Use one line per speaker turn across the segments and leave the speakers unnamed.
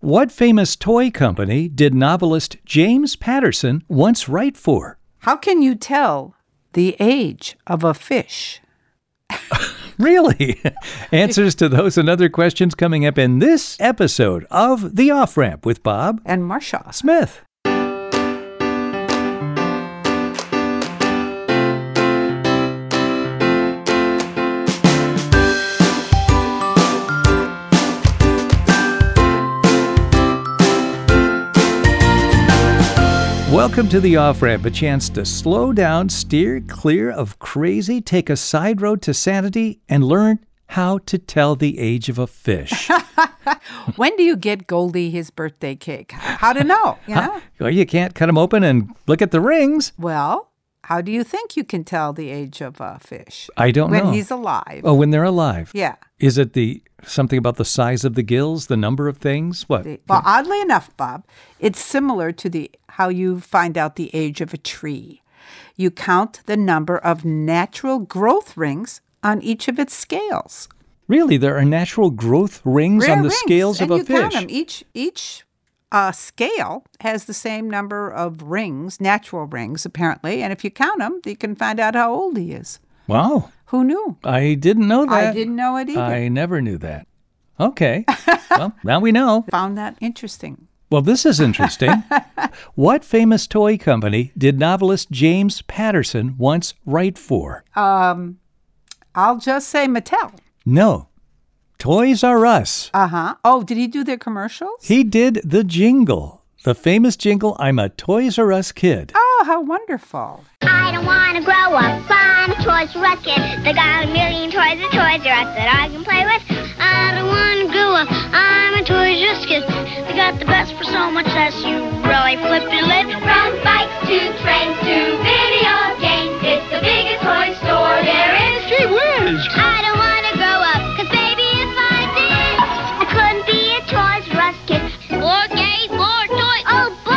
What famous toy company did novelist James Patterson once write for?
How can you tell the age of a fish?
Really? Answers to those and other questions coming up in this episode of The Off Ramp with Bob
And Marsha.
Smith. Welcome to the off ramp, a chance to slow down, steer clear of crazy, take a side road to sanity, and learn how to tell the age of a fish.
When do you get Goldie his birthday cake? How to know? You know?
Well, you can't cut them open and look at the rings.
Well, how do you think you can tell the age of a fish?
I don't
when
know.
he's alive.
Oh, when they're alive.
Yeah.
Is it the something about the size of the gills, the number of things? What?
The- Well, oddly enough, Bob, it's similar to the how you find out the age of a tree. You count the number of natural growth rings on each of its scales.
Really, there are natural growth rings
Rare
on the
rings,
scales of
and
a
you
fish.
Count them. Each each uh, scale has the same number of rings, natural rings apparently, and if you count them, you can find out how old he is.
Wow.
Who knew?
I didn't know that.
I didn't know it either.
I never knew that. Okay. well, now we know.
Found that interesting.
Well, this is interesting. what famous toy company did novelist James Patterson once write for?
Um, I'll just say Mattel.
No. Toys R Us.
Uh huh. Oh, did he do their commercials?
He did the jingle, the famous jingle, I'm a Toys R Us kid.
Oh, how wonderful.
I don't wanna grow up on a Toys R Us kid. They got a million toys at Toys R Us that I can play with. I don't wanna grow up. I'm a Toys R Us kid. They got the best for so much less. You really flip your lid. From bikes to trains to video games, it's the biggest toy store there is. Gee whiz! I don't wanna grow up, 'cause baby, if I did, I couldn't be a Toys R Us kid. More games, more toys. Oh boy,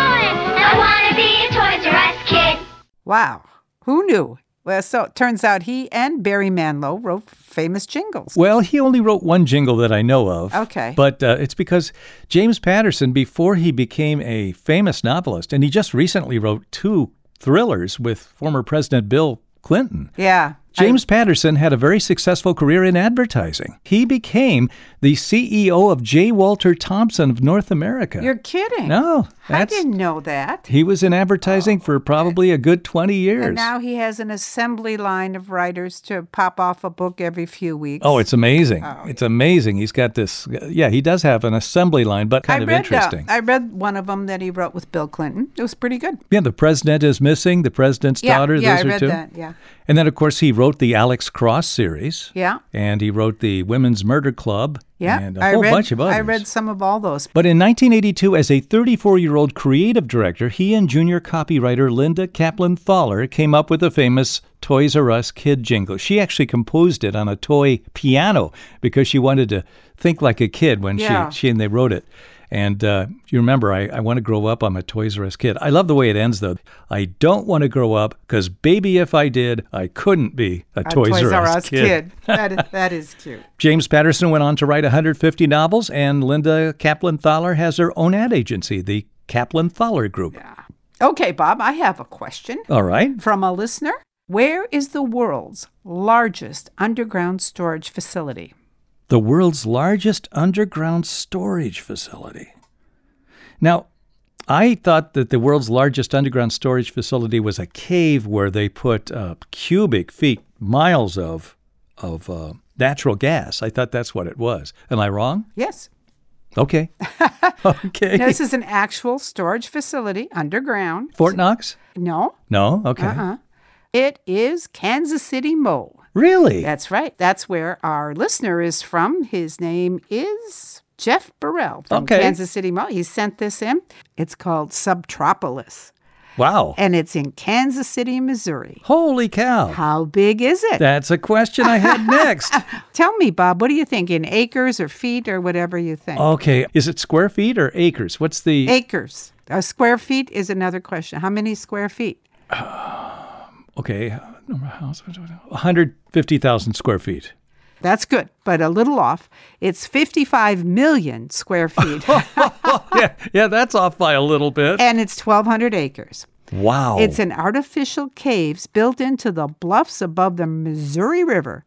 I wanna be a Toys R Us kid.
Wow. Who knew? Well, so it turns out he and Barry Manilow wrote famous jingles.
Well, he only wrote one jingle that I know of.
Okay.
But uh, it's because James Patterson, before he became a famous novelist, and he just recently wrote two thrillers with former President Bill Clinton.
Yeah. I-
James Patterson had a very successful career in advertising. He became the CEO of J. Walter Thompson of North America.
you're kidding.
no,
I
that's
didn't know that.
he was in advertising for probably a good 20 years.
And now he has an assembly line of writers to pop off a book every few weeks.
Oh, it's amazing. it's amazing. He's got this. Yeah, he does have an assembly line, but kind
I
of
read the-
interesting.
I read one of them that he wrote with Bill Clinton. It was pretty good.
yeah, The President is Missing, The President's
Yeah,
Daughter.
yeah,
those
I
are
read
two.
that. Yeah,
And then, of course, he wrote the Alex Cross series.
yeah,
And he wrote the Women's Murder Club.
yeah.
And a
I
whole
read,
bunch of others.
I read some of all those.
But in 1982, as a 34 year old creative director, he and junior copywriter Linda Kaplan Thaler came up with the famous Toys R Us Kid jingle. She actually composed it on a toy piano because she wanted to think like a kid when
Yeah.
she, she and they wrote it. And uh, you remember, I, I want to grow up. I'm a Toys R Us kid. I love the way it ends, though. I don't want to grow up because, baby, if I did, I couldn't be a,
A
Toys, R, Us, kid.
that, is, that is cute.
James Patterson went on to write 150 novels, and Linda Kaplan Thaler has her own ad agency, the Kaplan Thaler Group.
Ah. Okay, Bob, I have a question
All right.
from a listener. Where is the world's largest underground storage facility?
The world's largest underground storage facility. Now, I thought that the world's largest underground storage facility was a cave where they put uh, cubic feet, miles of, of uh, natural gas. I thought that's what it was. Am I wrong?
Yes.
Okay. okay.
Now, this is an actual storage facility underground.
Fort Knox?
No,
No? Okay.
Uh-uh. it is Kansas City Mo.
Really?
That's right. That's where our listener is from. His name is Jeff Burrell from
Okay.
Kansas City. Mo. He sent this in. It's called Subtropolis,
Wow.
and it's in Kansas City, Missouri.
Holy cow.
How big is it?
That's a question I had next.
Tell me, Bob, what do you think in acres or feet or whatever you think?
Okay. Is it square feet or acres? What's the.
Acres. A square feet is another question. How many square feet?
Okay. 150,000 square feet.
That's good, but a little off. It's 55 million square feet
yeah, yeah, that's off by a little bit.
and it's 1,200 acres.
Wow.
It's an artificial caves built into the bluffs above the Missouri River,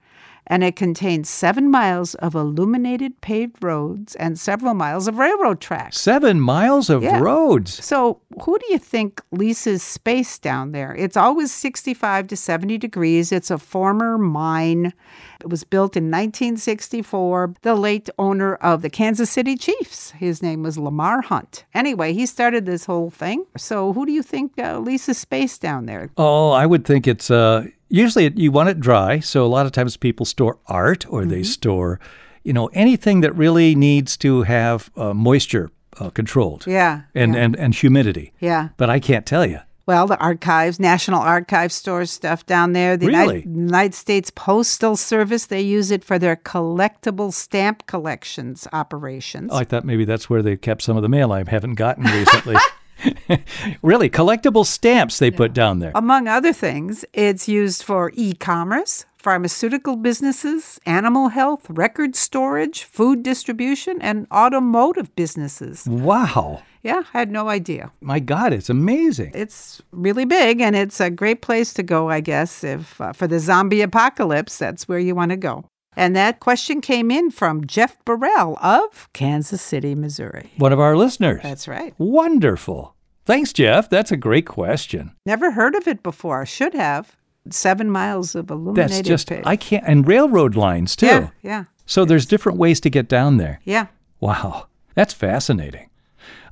and it contains seven miles of illuminated paved roads and several miles of railroad tracks.
seven miles of
Yeah.
roads.
So, who do you think leases space down there? It's always 65 to 70 degrees. It's a former mine. It was built in 1964. The late owner of the Kansas City Chiefs, his name was Lamar Hunt. Anyway, he started this whole thing. So, who do you think uh, leases space down there?
Oh, I would think it's uh, usually it, you want it dry. So a lot of times people store art or
Mm-hmm.
they store, you know, anything that really needs to have uh, moisture uh, controlled
Yeah.
and, and, and humidity.
Yeah.
But I can't tell you.
Well, the archives, National Archives stores stuff down there. The Uni-
Really?
United, States Postal Service, they use it for their collectible stamp collections operations.
Oh, I thought maybe that's where they kept some of the mail I haven't gotten recently. really, collectible stamps they put down there.
Among other things, it's used for e commerce, pharmaceutical businesses, animal health, record storage, food distribution, and automotive businesses.
Wow.
Yeah, I had no idea.
My God, it's amazing.
It's really big and it's a great place to go, I guess, if uh, for the zombie apocalypse, that's where you want to go. And that question came in from Jeff Burrell of Kansas City, Missouri.
One of our listeners.
That's right.
Wonderful. Thanks, Jeff. That's a great question.
Never heard of it before. Should have. Seven miles of illuminated
That's just,
paved-
I can't, and railroad lines too.
Yeah, yeah,
So there's different ways to get down there.
yeah.
Wow. That's fascinating.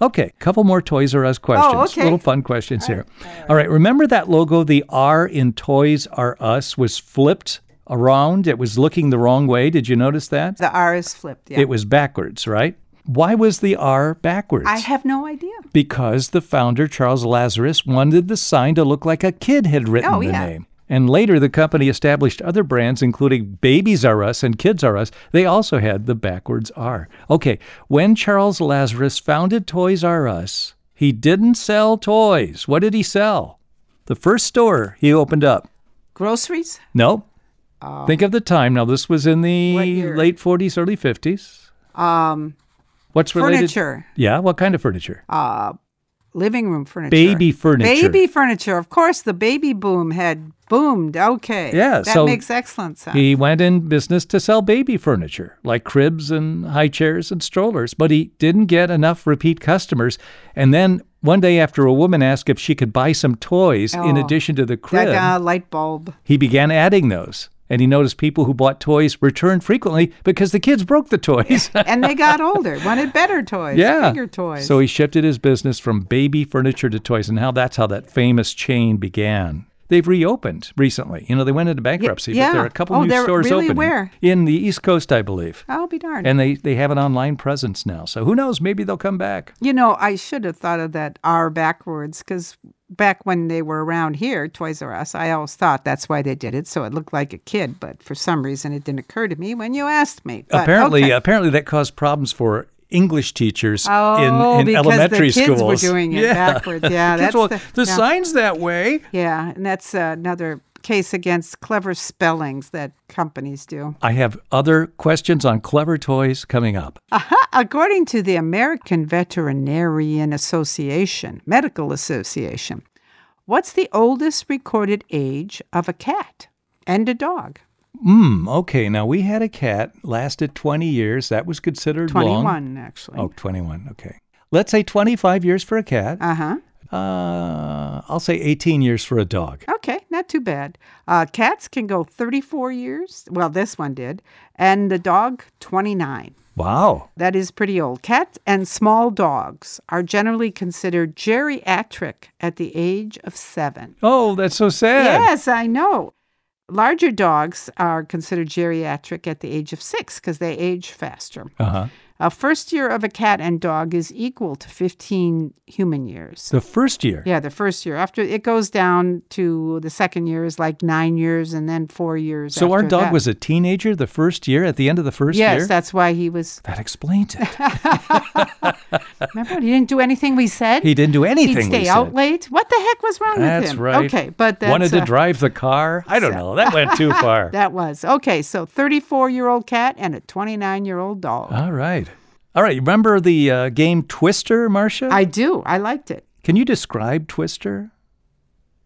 Okay, couple more Toys R Us questions.
okay.
Little fun questions here. Oh, All right, remember that logo, the R in Toys R Us was flipped around? It was looking the wrong way. Did you notice that?
The R is flipped. Yeah.
It was backwards, right? Why was the R backwards?
I have no idea.
because the founder, Charles Lazarus, wanted the sign to look like a kid had written
Oh,
the
yeah.
name. And later, the company established other brands, including Babies R Us and Kids R Us. They also had the backwards R. Okay, when Charles Lazarus founded Toys R Us, he didn't sell toys. What did he sell? The first store he opened up.
Groceries?
No. Think of the time. Now, this was in
Oh. What
the
year?
late 40s, early 50s.
Um,
What's related?
furniture.
Yeah, what kind of furniture?
Uh, living room furniture.
Baby furniture.
Baby furniture. Of course, the baby boom had boomed. Okay.
Yeah,
That
so
makes excellent sense.
He went in business to sell baby furniture, like cribs and high chairs and strollers, but he didn't get enough repeat customers. And then one day, after a woman asked if she could buy some toys in
Oh.
addition to the crib,
that uh, light bulb.
he began adding those. And he noticed people who bought toys returned frequently because the kids broke the toys.
And they got older, wanted better toys,
yeah.
bigger toys.
So he shifted his business from baby furniture to toys, and how that's how that famous chain began. They've reopened recently. You know, they went into bankruptcy, but there
yeah.
are a couple
Oh,
new
they're
stores
really
opening
where?
in the East Coast, I believe.
I'll be darned.
And they, they have an online presence now. So who knows? Maybe they'll come back.
you know, I should have thought of that R backwards because back when they were around here, Toys R Us, I always thought that's why they did it. So it looked like a kid, but for some reason it didn't occur to me when you asked me. But
apparently,
okay.
apparently that caused problems for English teachers
Oh,
uh, in, in
because
elementary
the kids were
schools.
doing it backwards. Yeah,
Kids
that's
will-
the- yeah.
sign's that way.
Yeah, and that's uh, another case against clever spellings that companies do.
I have other questions on clever toys coming up.
Aha! According to the American Veterinarian Association, Medical Association, what's the oldest recorded age of a cat and a dog?
Hmm. Okay. Now we had a cat lasted 20 years. That was considered long.
21, actually.
Oh, 21. Okay. Let's say 25 years for a cat.
Uh huh.
Uh, I'll say 18 years for a dog.
Okay, not too bad. Uh, cats can go 34 years. Well, this one did. And the dog, 29.
Wow.
That is pretty old. Cats and small dogs are generally considered geriatric at the age of seven.
Oh, that's so sad.
Yes, I know. Larger dogs are considered geriatric at the age of six because they age faster.
Uh huh.
A first year of a cat and dog is equal to 15 human years.
The first year.
Yeah, the first year. After it goes down to the second year is like nine years and then four years.
So our
after
dog
that.
was a teenager the first year at the end of the first
Yes,
year.
that's why he was
that explains it.
Remember, he didn't do anything we said.
He didn't do anything.
He'd stay
we
out
said.
late. What the heck was wrong with
That's
him?
right.
Okay, but that's,
wanted to
uh,
drive the car. I don't know. That went too far.
That was okay. So, 34 year old cat and a 29 year old dog.
All right. All right. Remember the uh, game Twister, Marcia?
I do. I liked it.
Can you describe Twister?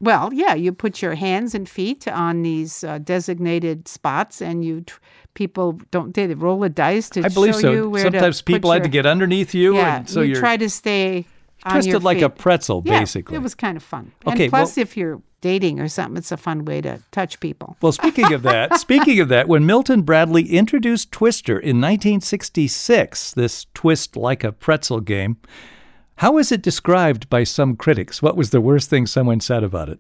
Well, yeah, you put your hands and feet on these uh, designated spots, and you tw- people don't they roll a dice to
I believe
show
so.
you where to
Sometimes
put
people had
your-
to get underneath you,
yeah,
and so
you
are
try to stay on
twisted
your
like a
feet.
pretzel,
Yeah,
basically.
It was kind of fun.
Okay,
and plus, if you're dating or something, it's a fun way to touch people.
Well, speaking of that, speaking of that, when Milton Bradley introduced Twister in 1966, this twist like a pretzel game, how is it described by some critics? What was the worst thing someone said about it?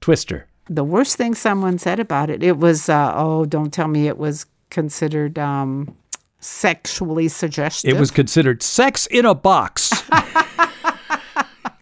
Twister.
The worst thing someone said about it, it was, uh, oh, don't tell me it was considered um, sexually suggestive.
It was considered sex in a box.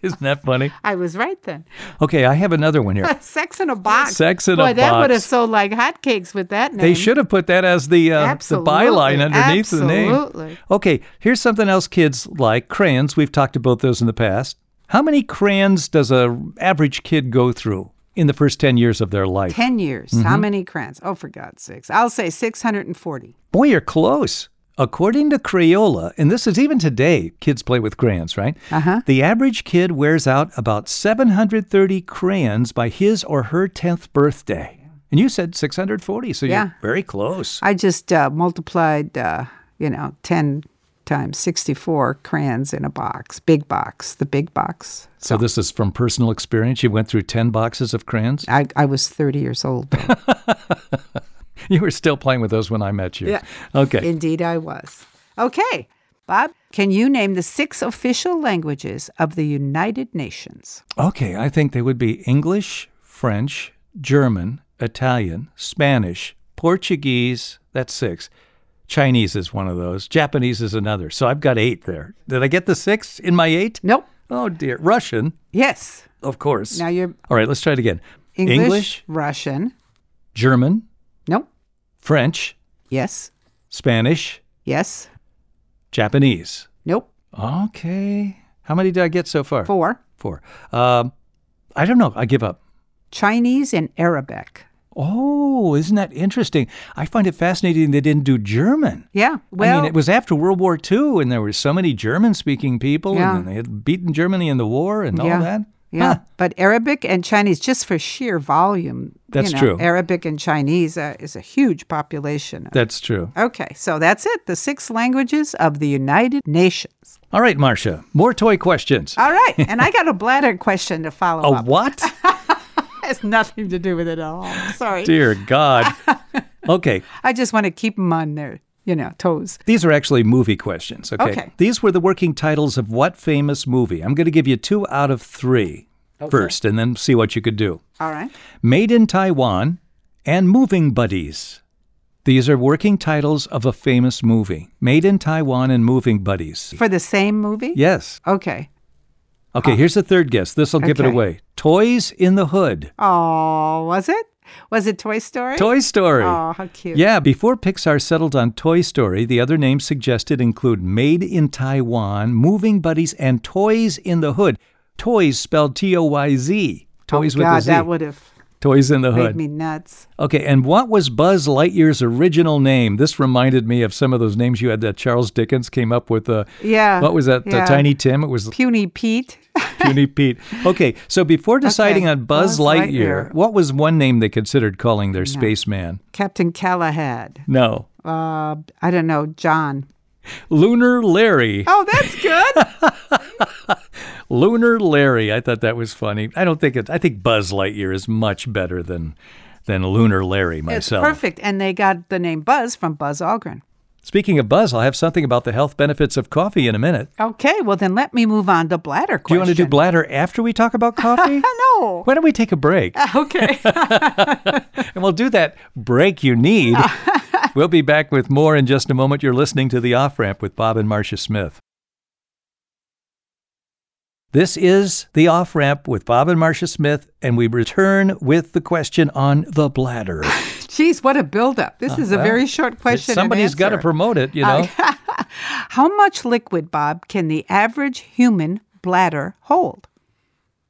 Isn't that funny?
I was right then.
Okay, I have another one here.
Sex in a box.
Sex in a
Boy, that would
box.
have sold like hotcakes with that name.
They should have put that as the uh, the
Absolutely,
byline underneath the name.
absolutely.
Okay, here's something else kids like crayons. We've talked about those in the past. How many crayons does a average kid go through in the first 10 years of their life?
10 years. How
Mm-hmm.
many crayons? Oh, for God's sakes. I'll say 640.
Boy, you're close. According to Crayola, and this is even today, kids play with crayons, right?
Uh-huh.
The average kid wears out about 730 crayons by his or her 10th birthday. And you said 640, so
Yeah.
you're very close.
I just uh, multiplied, uh, you know, 10 times 64 crayons in a box, big box, the big box.
So this is from personal experience. You went through 10 boxes of crayons.
I, I was 30 years old. though.
You were still playing with those when I met you.
Yeah.
Okay.
Indeed, I was. Okay, Bob, can you name the six official languages of the United Nations?
Okay. I think they would be English, French, German, Italian, Spanish, Portuguese. That's six. Chinese is one of those. Japanese is another. So I've got eight there. Did I get the six in my eight?
Nope.
Oh, dear. Russian,
Yes.
of course.
Now you're
All right. Let's try it again
English,
English
Russian.
German,
Nope.
French,
Yes.
Spanish,
Yes.
Japanese.
Nope.
Okay. How many did I get so far?
Four.
Four. Um, I don't know. I give up.
Chinese and Arabic.
Oh, isn't that interesting? I find it fascinating they didn't do German.
Yeah. Well,
I mean, it was after World War II, and there were so many German-speaking people,
Yeah.
and they had beaten Germany in the war and
Yeah.
all that.
Yeah,
Huh.
but Arabic and Chinese, just for sheer volume, you
That's
know,
true.
Arabic and Chinese uh, is a huge population.
That's true.
Okay, so that's it. The six languages of the United Nations.
All right, Marcia, more toy questions.
All right, and I got a bladder question to follow
A
up.
what?
It has nothing to do with it at all. I'm sorry.
Dear God. Okay,
I just want to keep them on their, you know, toes.
These are actually movie questions. Okay?
Okay.
These were the working titles of what famous movie? I'm going to give you two out of three first, and then see what you could do.
All right.
Made in Taiwan and Moving Buddies. These are working titles of a famous movie. Made in Taiwan and Moving Buddies.
For the same movie?
Yes.
Okay.
Okay, here's the third guess. This will give it
Ah. Okay.
away. Toys in the Hood.
Oh, was it? Was it Toy Story?
Toy Story.
Oh, how cute.
Yeah, before Pixar settled on Toy Story, the other names suggested include Made in Taiwan, Moving Buddies, and Toys in the Hood. Toys spelled T O Y Z. Toys
oh,
with
God,
a Z.
that would have
Toys in the
made
Hood.
me nuts.
okay, and what was Buzz Lightyear's original name? This reminded me of some of those names you had that Charles Dickens came up with. Uh,
Yeah.
What was that? The
yeah.
Tiny Tim? It was
Puny Pete.
Puny Pete. Okay, so before deciding
Okay,
on Buzz,
Buzz
Lightyear,
Lightyear.
what was one name they considered calling their spaceman?
Captain Callahan.
No.
Uh, I don't know, John.
Lunar Larry.
Oh, that's good.
Lunar Larry. I thought that was funny. I don't think it. I think Buzz Lightyear is much better than than Lunar Larry
it's
myself.
perfect. And they got the name Buzz from Buzz Aldrin.
Speaking of Buzz, I'll have something about the health benefits of coffee in a minute.
Okay, well then let me move on to bladder question.
Do you want to do bladder after we talk about coffee?
No.
Why don't we take a break?
Okay.
And we'll do that break you need. we'll be back with more in just a moment. You're listening to The Off Ramp with Bob and Marcia Smith. This is The Off Ramp with Bob and Marcia Smith, and we return with the question on the bladder.
Jeez, what a buildup. This is a
well,
very short question. and
Uh-huh. Somebody's got to
answer. Uh,
promote it, you know.
How much liquid, Bob, can the average human bladder hold?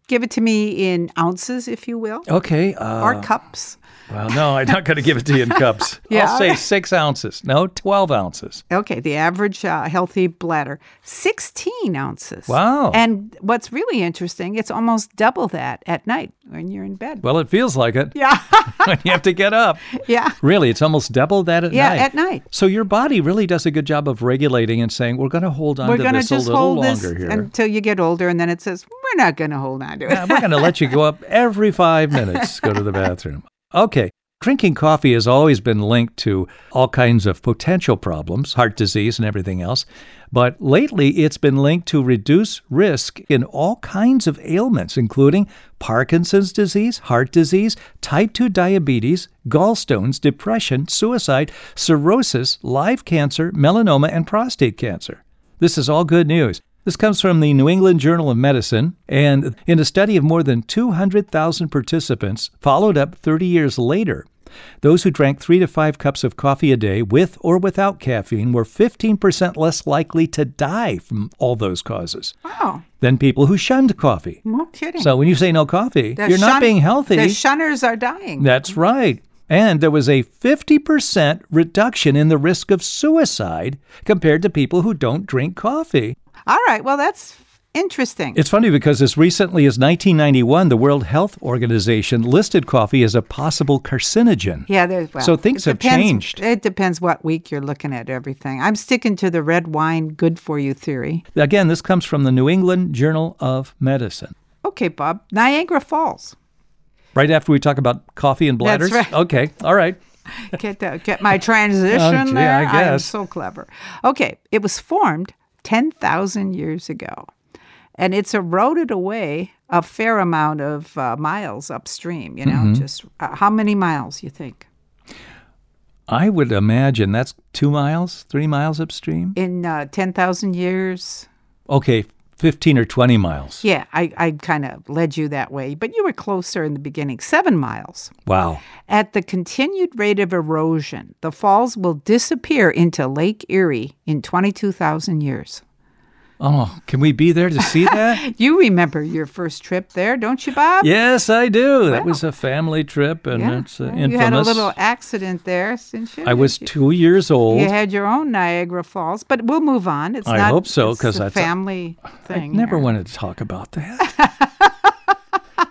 Give it to me in ounces, if you will,
okay. Uh,
or cups.
well, no, I'm not going to give it to you in cups.
Yeah,
I'll say
okay.
six ounces. No, 12 ounces.
Okay, the average uh, healthy bladder, 16 ounces.
Wow.
And what's really interesting, it's almost double that at night when you're in bed.
Well, it feels like it
yeah.
when you have to get up.
yeah.
Really, it's almost double that at
Yeah,
night.
at night.
So your body really does a good job of regulating and saying, we're going to hold on
We're
to
going to
this a
just
little
hold this
longer here.
until you get older. And then it says, we're not going to hold on to it.
Yeah, we're going to let you go up every five minutes, go to the bathroom. Okay. Drinking coffee has always been linked to all kinds of potential problems, heart disease and everything else. But lately, it's been linked to reduce risk in all kinds of ailments, including Parkinson's disease, heart disease, type 2 diabetes, gallstones, depression, suicide, cirrhosis, live cancer, melanoma, and prostate cancer. This is all good news. This comes from the New England Journal of Medicine, and in a study of more than 200,000 participants followed up 30 years later, those who drank three to five cups of coffee a day with or without caffeine were 15% less likely to die from all those causes
Wow.
than people who shunned coffee.
No kidding.
So when you say no coffee,
The
you're not
shun-
being healthy.
The shunners are dying.
That's right. And there was a 50% reduction in the risk of suicide compared to people who don't drink coffee.
All right. Well, that's interesting.
It's funny because as recently as 1991, the World Health Organization listed coffee as a possible carcinogen.
yeah, there's well,
So things
it
have
depends-
changed.
It depends what week you're looking at everything. I'm sticking to the red wine good for you theory.
Again, this comes from the New England Journal of Medicine.
Okay, Bob. Niagara Falls.
Right after we talk about coffee and bladders?
That's right.
Okay, all right.
Get that, get my transition
Oh, gee,
there.
I
am
guess.
so clever. Okay, it was formed 10,000 years ago, and it's eroded away a fair amount of uh, miles upstream. You know,
Mm-hmm.
just uh, how many miles you think
I would imagine that's two miles, three miles upstream.
in uh, 10,000 years?
Okay, 15 or 20 miles.
Yeah, I, I kind of led you that way, but you were closer in the beginning, seven miles.
Wow.
At the continued rate of erosion, the falls will disappear into Lake Erie in 22,000 years.
Oh, can we be there to see that?
You remember your first trip there, don't you, Bob?
Yes, I do. That was a family trip, and it's uh,
well,
infamous.
You had a little accident there, since you.
I was two years old.
You had your own Niagara Falls, but we'll move on. It's
I
not.
hope so,
it's
'cause
a
that's a-
family
I
thing.
never
here.
wanted to talk about that.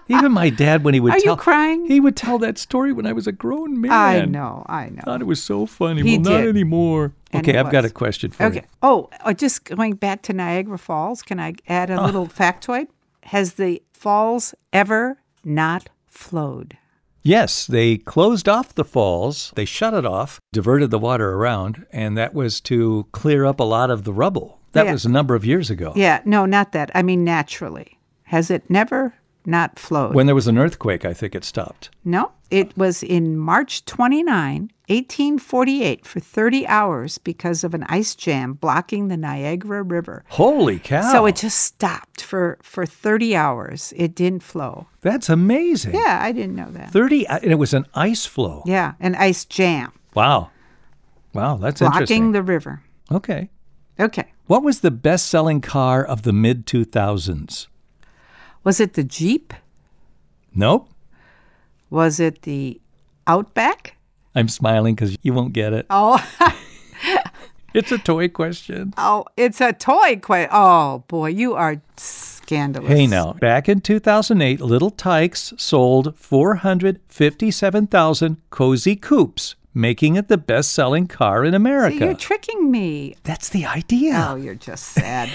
Even my dad, when he would
Are you
tell,
crying?
he would tell that story when I was a grown man.
I know. I know.
Thought it was so funny.
He
well,
did.
not anymore.
And
okay,
it
I've got a
was.
question for
Okay.
you.
Oh, uh, just going back to Niagara Falls, can I add
Ah.
a little factoid? Has the falls ever not flowed?
Yes, they closed off the falls. They shut it off, diverted the water around, and that was to clear up a lot of the rubble. That
Yeah.
was a number of years ago.
Yeah, no, not that. I mean, naturally. Has it never not flowed?
When there was an earthquake, I think it stopped.
No, it was in March 29, 1848, for 30 hours because of an ice jam blocking the Niagara River.
Holy cow!
So it just stopped for, for 30 hours. It didn't flow.
That's amazing.
Yeah, I didn't know that.
30, and it was an ice flow.
Yeah, an ice jam
Wow. Wow, that's
blocking
interesting.
the river.
okay.
Okay.
What was the best selling car of the mid 2000s?
Was it the Jeep?
Nope.
Was it the Outback?
I'm smiling because you won't get it.
Oh,
It's a toy question.
oh, it's a toy. Quite. Oh boy, you are scandalous.
Hey now, back in 2008, Little Tykes sold 457,000 cozy coupes, making it the best selling car in
See, you're
America.
tricking me.
That's the idea.
Oh, you're just sad.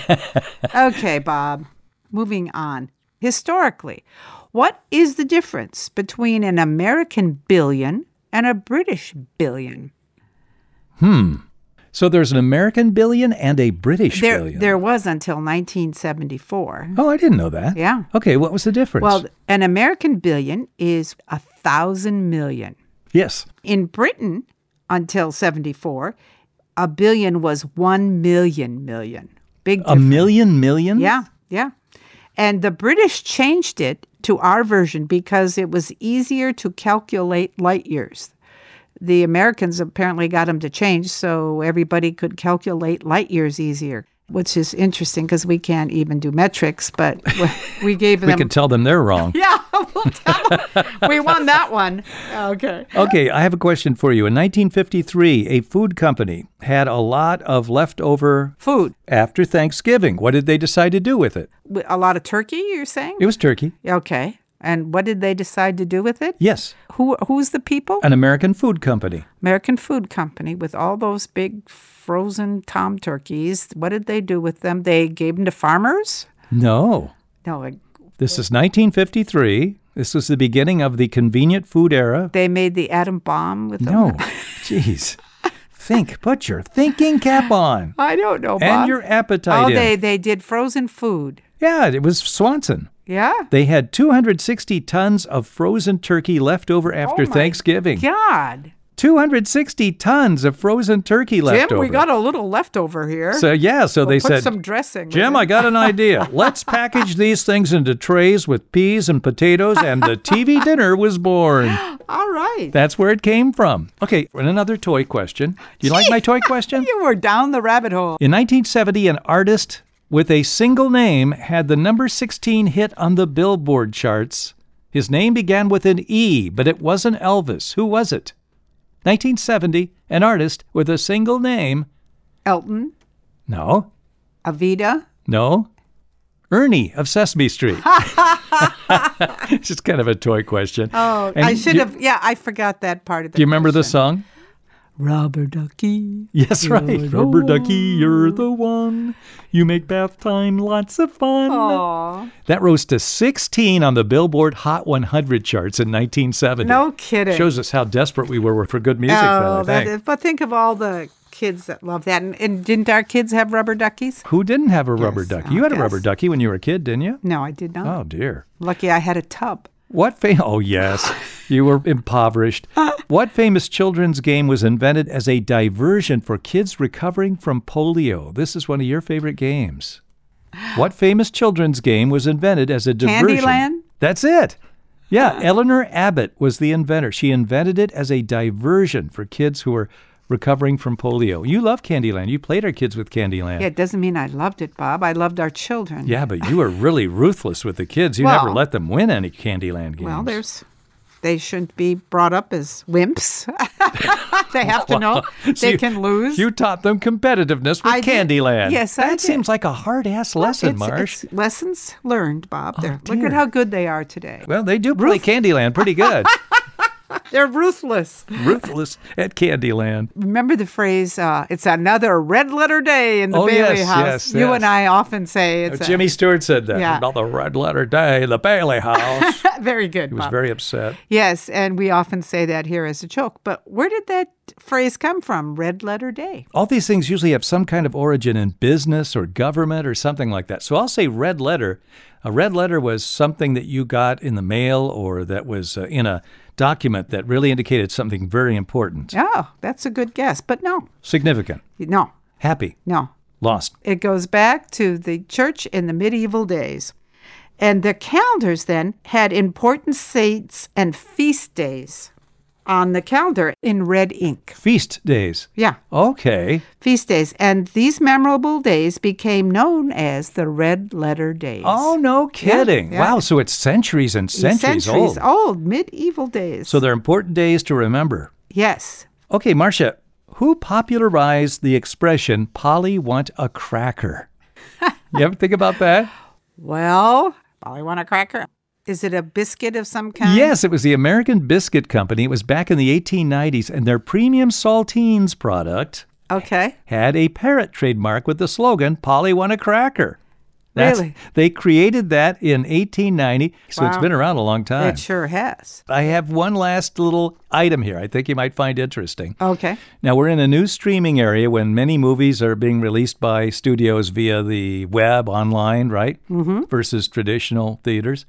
okay, Bob, moving on. Historically, what is the difference between an American billion and a British billion?
So there's an American billion and a British
There,
billion.
there was until 1974.
oh, I didn't know that.
Yeah.
Okay, what was the difference?
Well, an American billion is a thousand million.
yes.
In Britain, until 74, a billion was one million million. Big
A
difference.
million million?
Yeah, yeah. And the British changed it to our version because it was easier to calculate light years. The Americans apparently got them to change so everybody could calculate light years easier, which is interesting because we can't even do metrics, but we gave them.
We can tell them they're wrong.
yeah, we'll tell 'em. we won that one. Okay.
Okay, I have a question for you. In 1953, a food company had a lot of leftover
Food.
after Thanksgiving. What did they decide to do with it?
W- A lot of turkey, you're saying?
It was turkey.
Okay. And what did they decide to do with it?
Yes,
Who who's the people?
an American food company.
American Food Company with all those big frozen tom turkeys. What did they do with them? They gave them to farmers?
No,
No, like,
this is 1953. This was the beginning of the convenient food era.
they made the atom bomb with them.
No, jeez. Think, put your thinking cap on
I don't know, Bob.
and your appetite
Oh,
in.
they they did frozen food.
yeah, it was Swanson.
Yeah.
They had 260 tons of frozen turkey left over after
my
Thanksgiving.
God.
260 tons of frozen turkey left
Jim,
over.
we got a little leftover here.
so yeah, so they
Put
said,
some dressing.
Jim, I got an idea. Let's package these things into trays with peas and potatoes, and the TV dinner was born.
All right.
That's where it came from. Okay, and another toy question. Do you like my toy question?
you were down the rabbit hole.
In 1970, an artist with a single name had the number 16 hit on the Billboard charts. His name began with an E, but it wasn't Elvis. Who was it? 1970, an artist with a single name.
Elton,
No,
Avita.
no. Ernie of Sesame Street. it's just kind of a toy question.
Oh,
And
I should
you-
have. Yeah, I forgot that part of the.
Do you remember the
question.
song?
Rubber ducky.
Yes, right. Rubber ducky, you're the one. You make bath time lots of fun.
Aw.
That rose to 16 on the Billboard Hot 100 charts in 1970.
No kidding.
Shows us how desperate we were for good music.
oh,
then, I
that
think.
is, but think of all the kids that love that. And, and didn't our kids have rubber duckies?
Who didn't have a rubber
Yes,
ducky?
I
You had a
guess.
rubber ducky when you were a kid, didn't you?
No, I did not.
Oh dear.
Lucky I had a tub.
What fam- Oh yes, you were impoverished. what famous children's game was invented as a diversion for kids recovering from polio? This is one of your favorite games. What famous children's game was invented as a diversion?
Candyland?
That's it. Yeah, Eleanor Abbott was the inventor. She invented it as a diversion for kids who were recovering from polio. You love Candyland. You played our kids with Candyland.
Yeah, it doesn't mean I loved it, Bob. I loved our children.
Yeah, but you were really ruthless with the kids. You never
Well-
let them win any Candyland games.
Well, there's. They shouldn't be brought up as wimps. they have to know
So
they
you-
can lose.
You taught them competitiveness with
I did.
Candyland.
Yes, I
that
did.
seems like a hard ass lesson,
It's-
Marsh. Oh,
it's lessons learned, Bob. They're- look
dear.
at how good they are today.
well, they do play Candyland pretty good.
They're ruthless.
Ruthless at Candyland.
Remember the phrase, uh, it's another red letter day in the
Oh,
Bailey
yes,
house.
yes,
you
yes. Uh,
and I often say it's a-
Jimmy Stewart said that.
Yeah.
About the red letter day, the Bailey House. he
very good.
was
Bob.
very upset.
yes, and we often say that here as a joke. But where did that phrase come from? Red letter day.
All these things usually have some kind of origin in business or government or something like that. So I'll say red letter. A red letter was something that you got in the mail or that was uh, in a document that really indicated something very important,
Oh, that's a good guess. But no,
significant,
no,
happy,
no.
lost.
It goes back to the church in the medieval days. And the calendars then had important saints and feast days on the calendar in red ink.
Feast days.
Yeah,
Okay.
feast days. And these memorable days became known as the red letter days.
Oh, no kidding.
yeah.
Wow. So it's centuries and centuries, old.
medieval days.
So they're important days to remember.
yes.
Okay, Marcia, who popularized the expression Polly want a cracker? you ever think about that?
Well, Polly want a cracker. Is it a biscuit of some kind?
Yes, it was the American Biscuit Company. It was back in the 1890s, and their premium saltines product
Okay.
had a parrot trademark with the slogan "Polly want a cracker." That's,
Really?
They created that in 1890, so it's
Wow.
been around a long time.
It sure has.
I have one last little item here I think you might find interesting.
Okay.
Now, we're in a new streaming area when many movies are being released by studios via the web, online, right? Mm-hmm. Versus traditional theaters.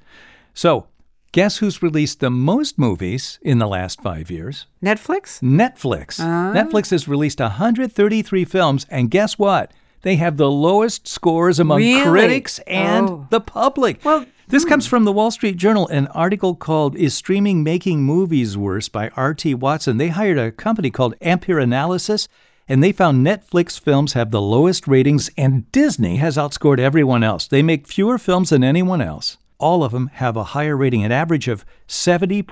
So, guess who's released the most movies in the last five years?
Netflix?
Netflix.
Ah.
Netflix has released 133 films, and guess what? They have the lowest scores among
Really?
critics and
Oh.
the public.
Well,
This comes from the Wall Street Journal, an article called Is Streaming Making Movies Worse by R.T. Watson. They hired a company called Ampere Analysis, and they found Netflix films have the lowest ratings, and Disney has outscored everyone else. They make fewer films than anyone else. All of them have a higher rating, an average of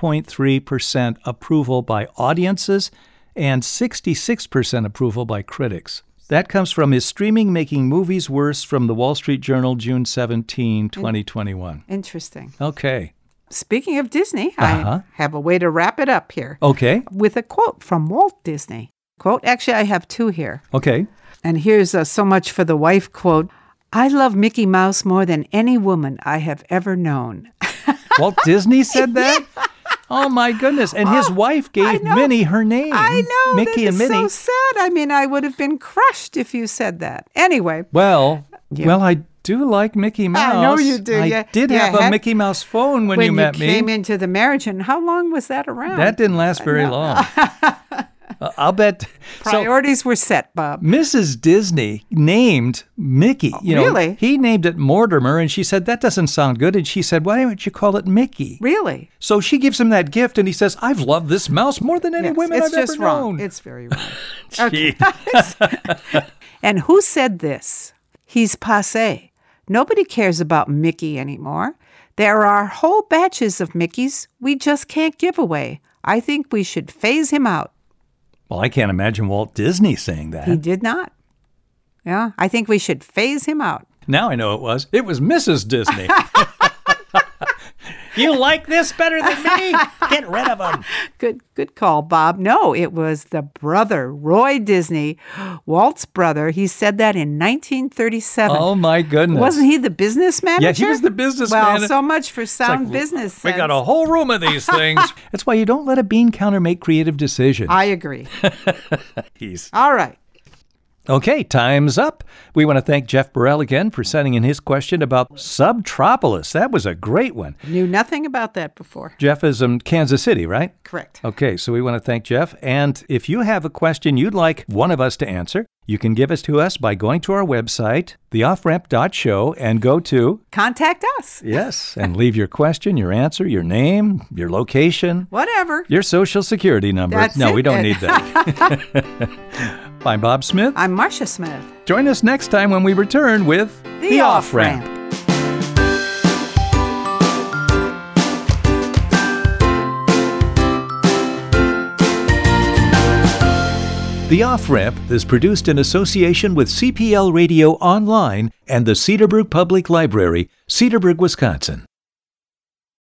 70.3% approval by audiences and 66% approval by critics. That comes from Is Streaming Making Movies Worse from the Wall Street Journal, June 17, 2021.
Interesting.
Okay.
Speaking of Disney,
Uh-huh.
I have a way to wrap it up here
Okay.
with a quote from Walt Disney. Quote, actually, I have two here.
Okay.
And here's a so much for the wife quote I love Mickey Mouse more than any woman I have ever known.
Walt Disney said that? Oh my goodness. And his wife
Oh, I
gave
know.
Minnie her name.
I know.
Mickey
that
and
is
Minnie.
so sad. I mean, I would have been crushed if you said that. Anyway,
Well,
Yeah.
well, I do like Mickey Mouse.
I know you do.
I
Yeah.
did
Yeah,
have a
had-
Mickey Mouse phone when,
when
you met
came
me.
into the marriage, and how long was that around?
that didn't last very long. Uh, I'll bet. So
Priorities were set, Bob.
Mrs. Disney named Mickey. You know,
Oh, really?
He named it Mortimer, and she said that doesn't sound good. And she said, "Why don't you call it Mickey?"
Really?
So she gives him that gift, and he says, "I've loved this mouse more than any
Yes,
women
it's
I've
just
ever
wrong.
known."
It's very wrong.
Gee.
and who said this? He's passe. Nobody cares about Mickey anymore. There are whole batches of Mickeys we just can't give away. I think we should phase him out.
Well, I can't imagine Walt Disney saying that.
He did not. Yeah, I think we should phase him out.
Now I know it was. It was Mrs. Disney. you like this better than me? Get rid of him.
Good good call, Bob. No, it was the brother, Roy Disney, Walt's brother. He said that in 1937.
Oh my goodness.
Wasn't he the business manager?
was the business
well,
man-
so much for sound
like,
business
We
sense.
got a whole room of these things. That's why you don't let a bean counter make creative decisions.
I agree.
He's-
All right.
Okay, time's up. We want to thank Jeff Burrell again for sending in his question about Subtropolis. That was a great one.
Knew nothing about that before.
Jeff is in Kansas City, right?
Correct.
Okay, so we want to thank Jeff. And if you have a question you'd like one of us to answer, you can give it to us by going to our website, theofframp.show, and go to,
Contact us.
yes, and leave your question, your answer, your name, your location,
Whatever.
your social security number.
That's
no, we
it
don't
then.
need that. I'm Bob Smith.
I'm Marcia Smith.
Join us next time when we return with
Off-Ramp.
The Off Ramp is produced in association with CPL Radio Online and the Cedarbrook Public Library, Cedarburg, Wisconsin.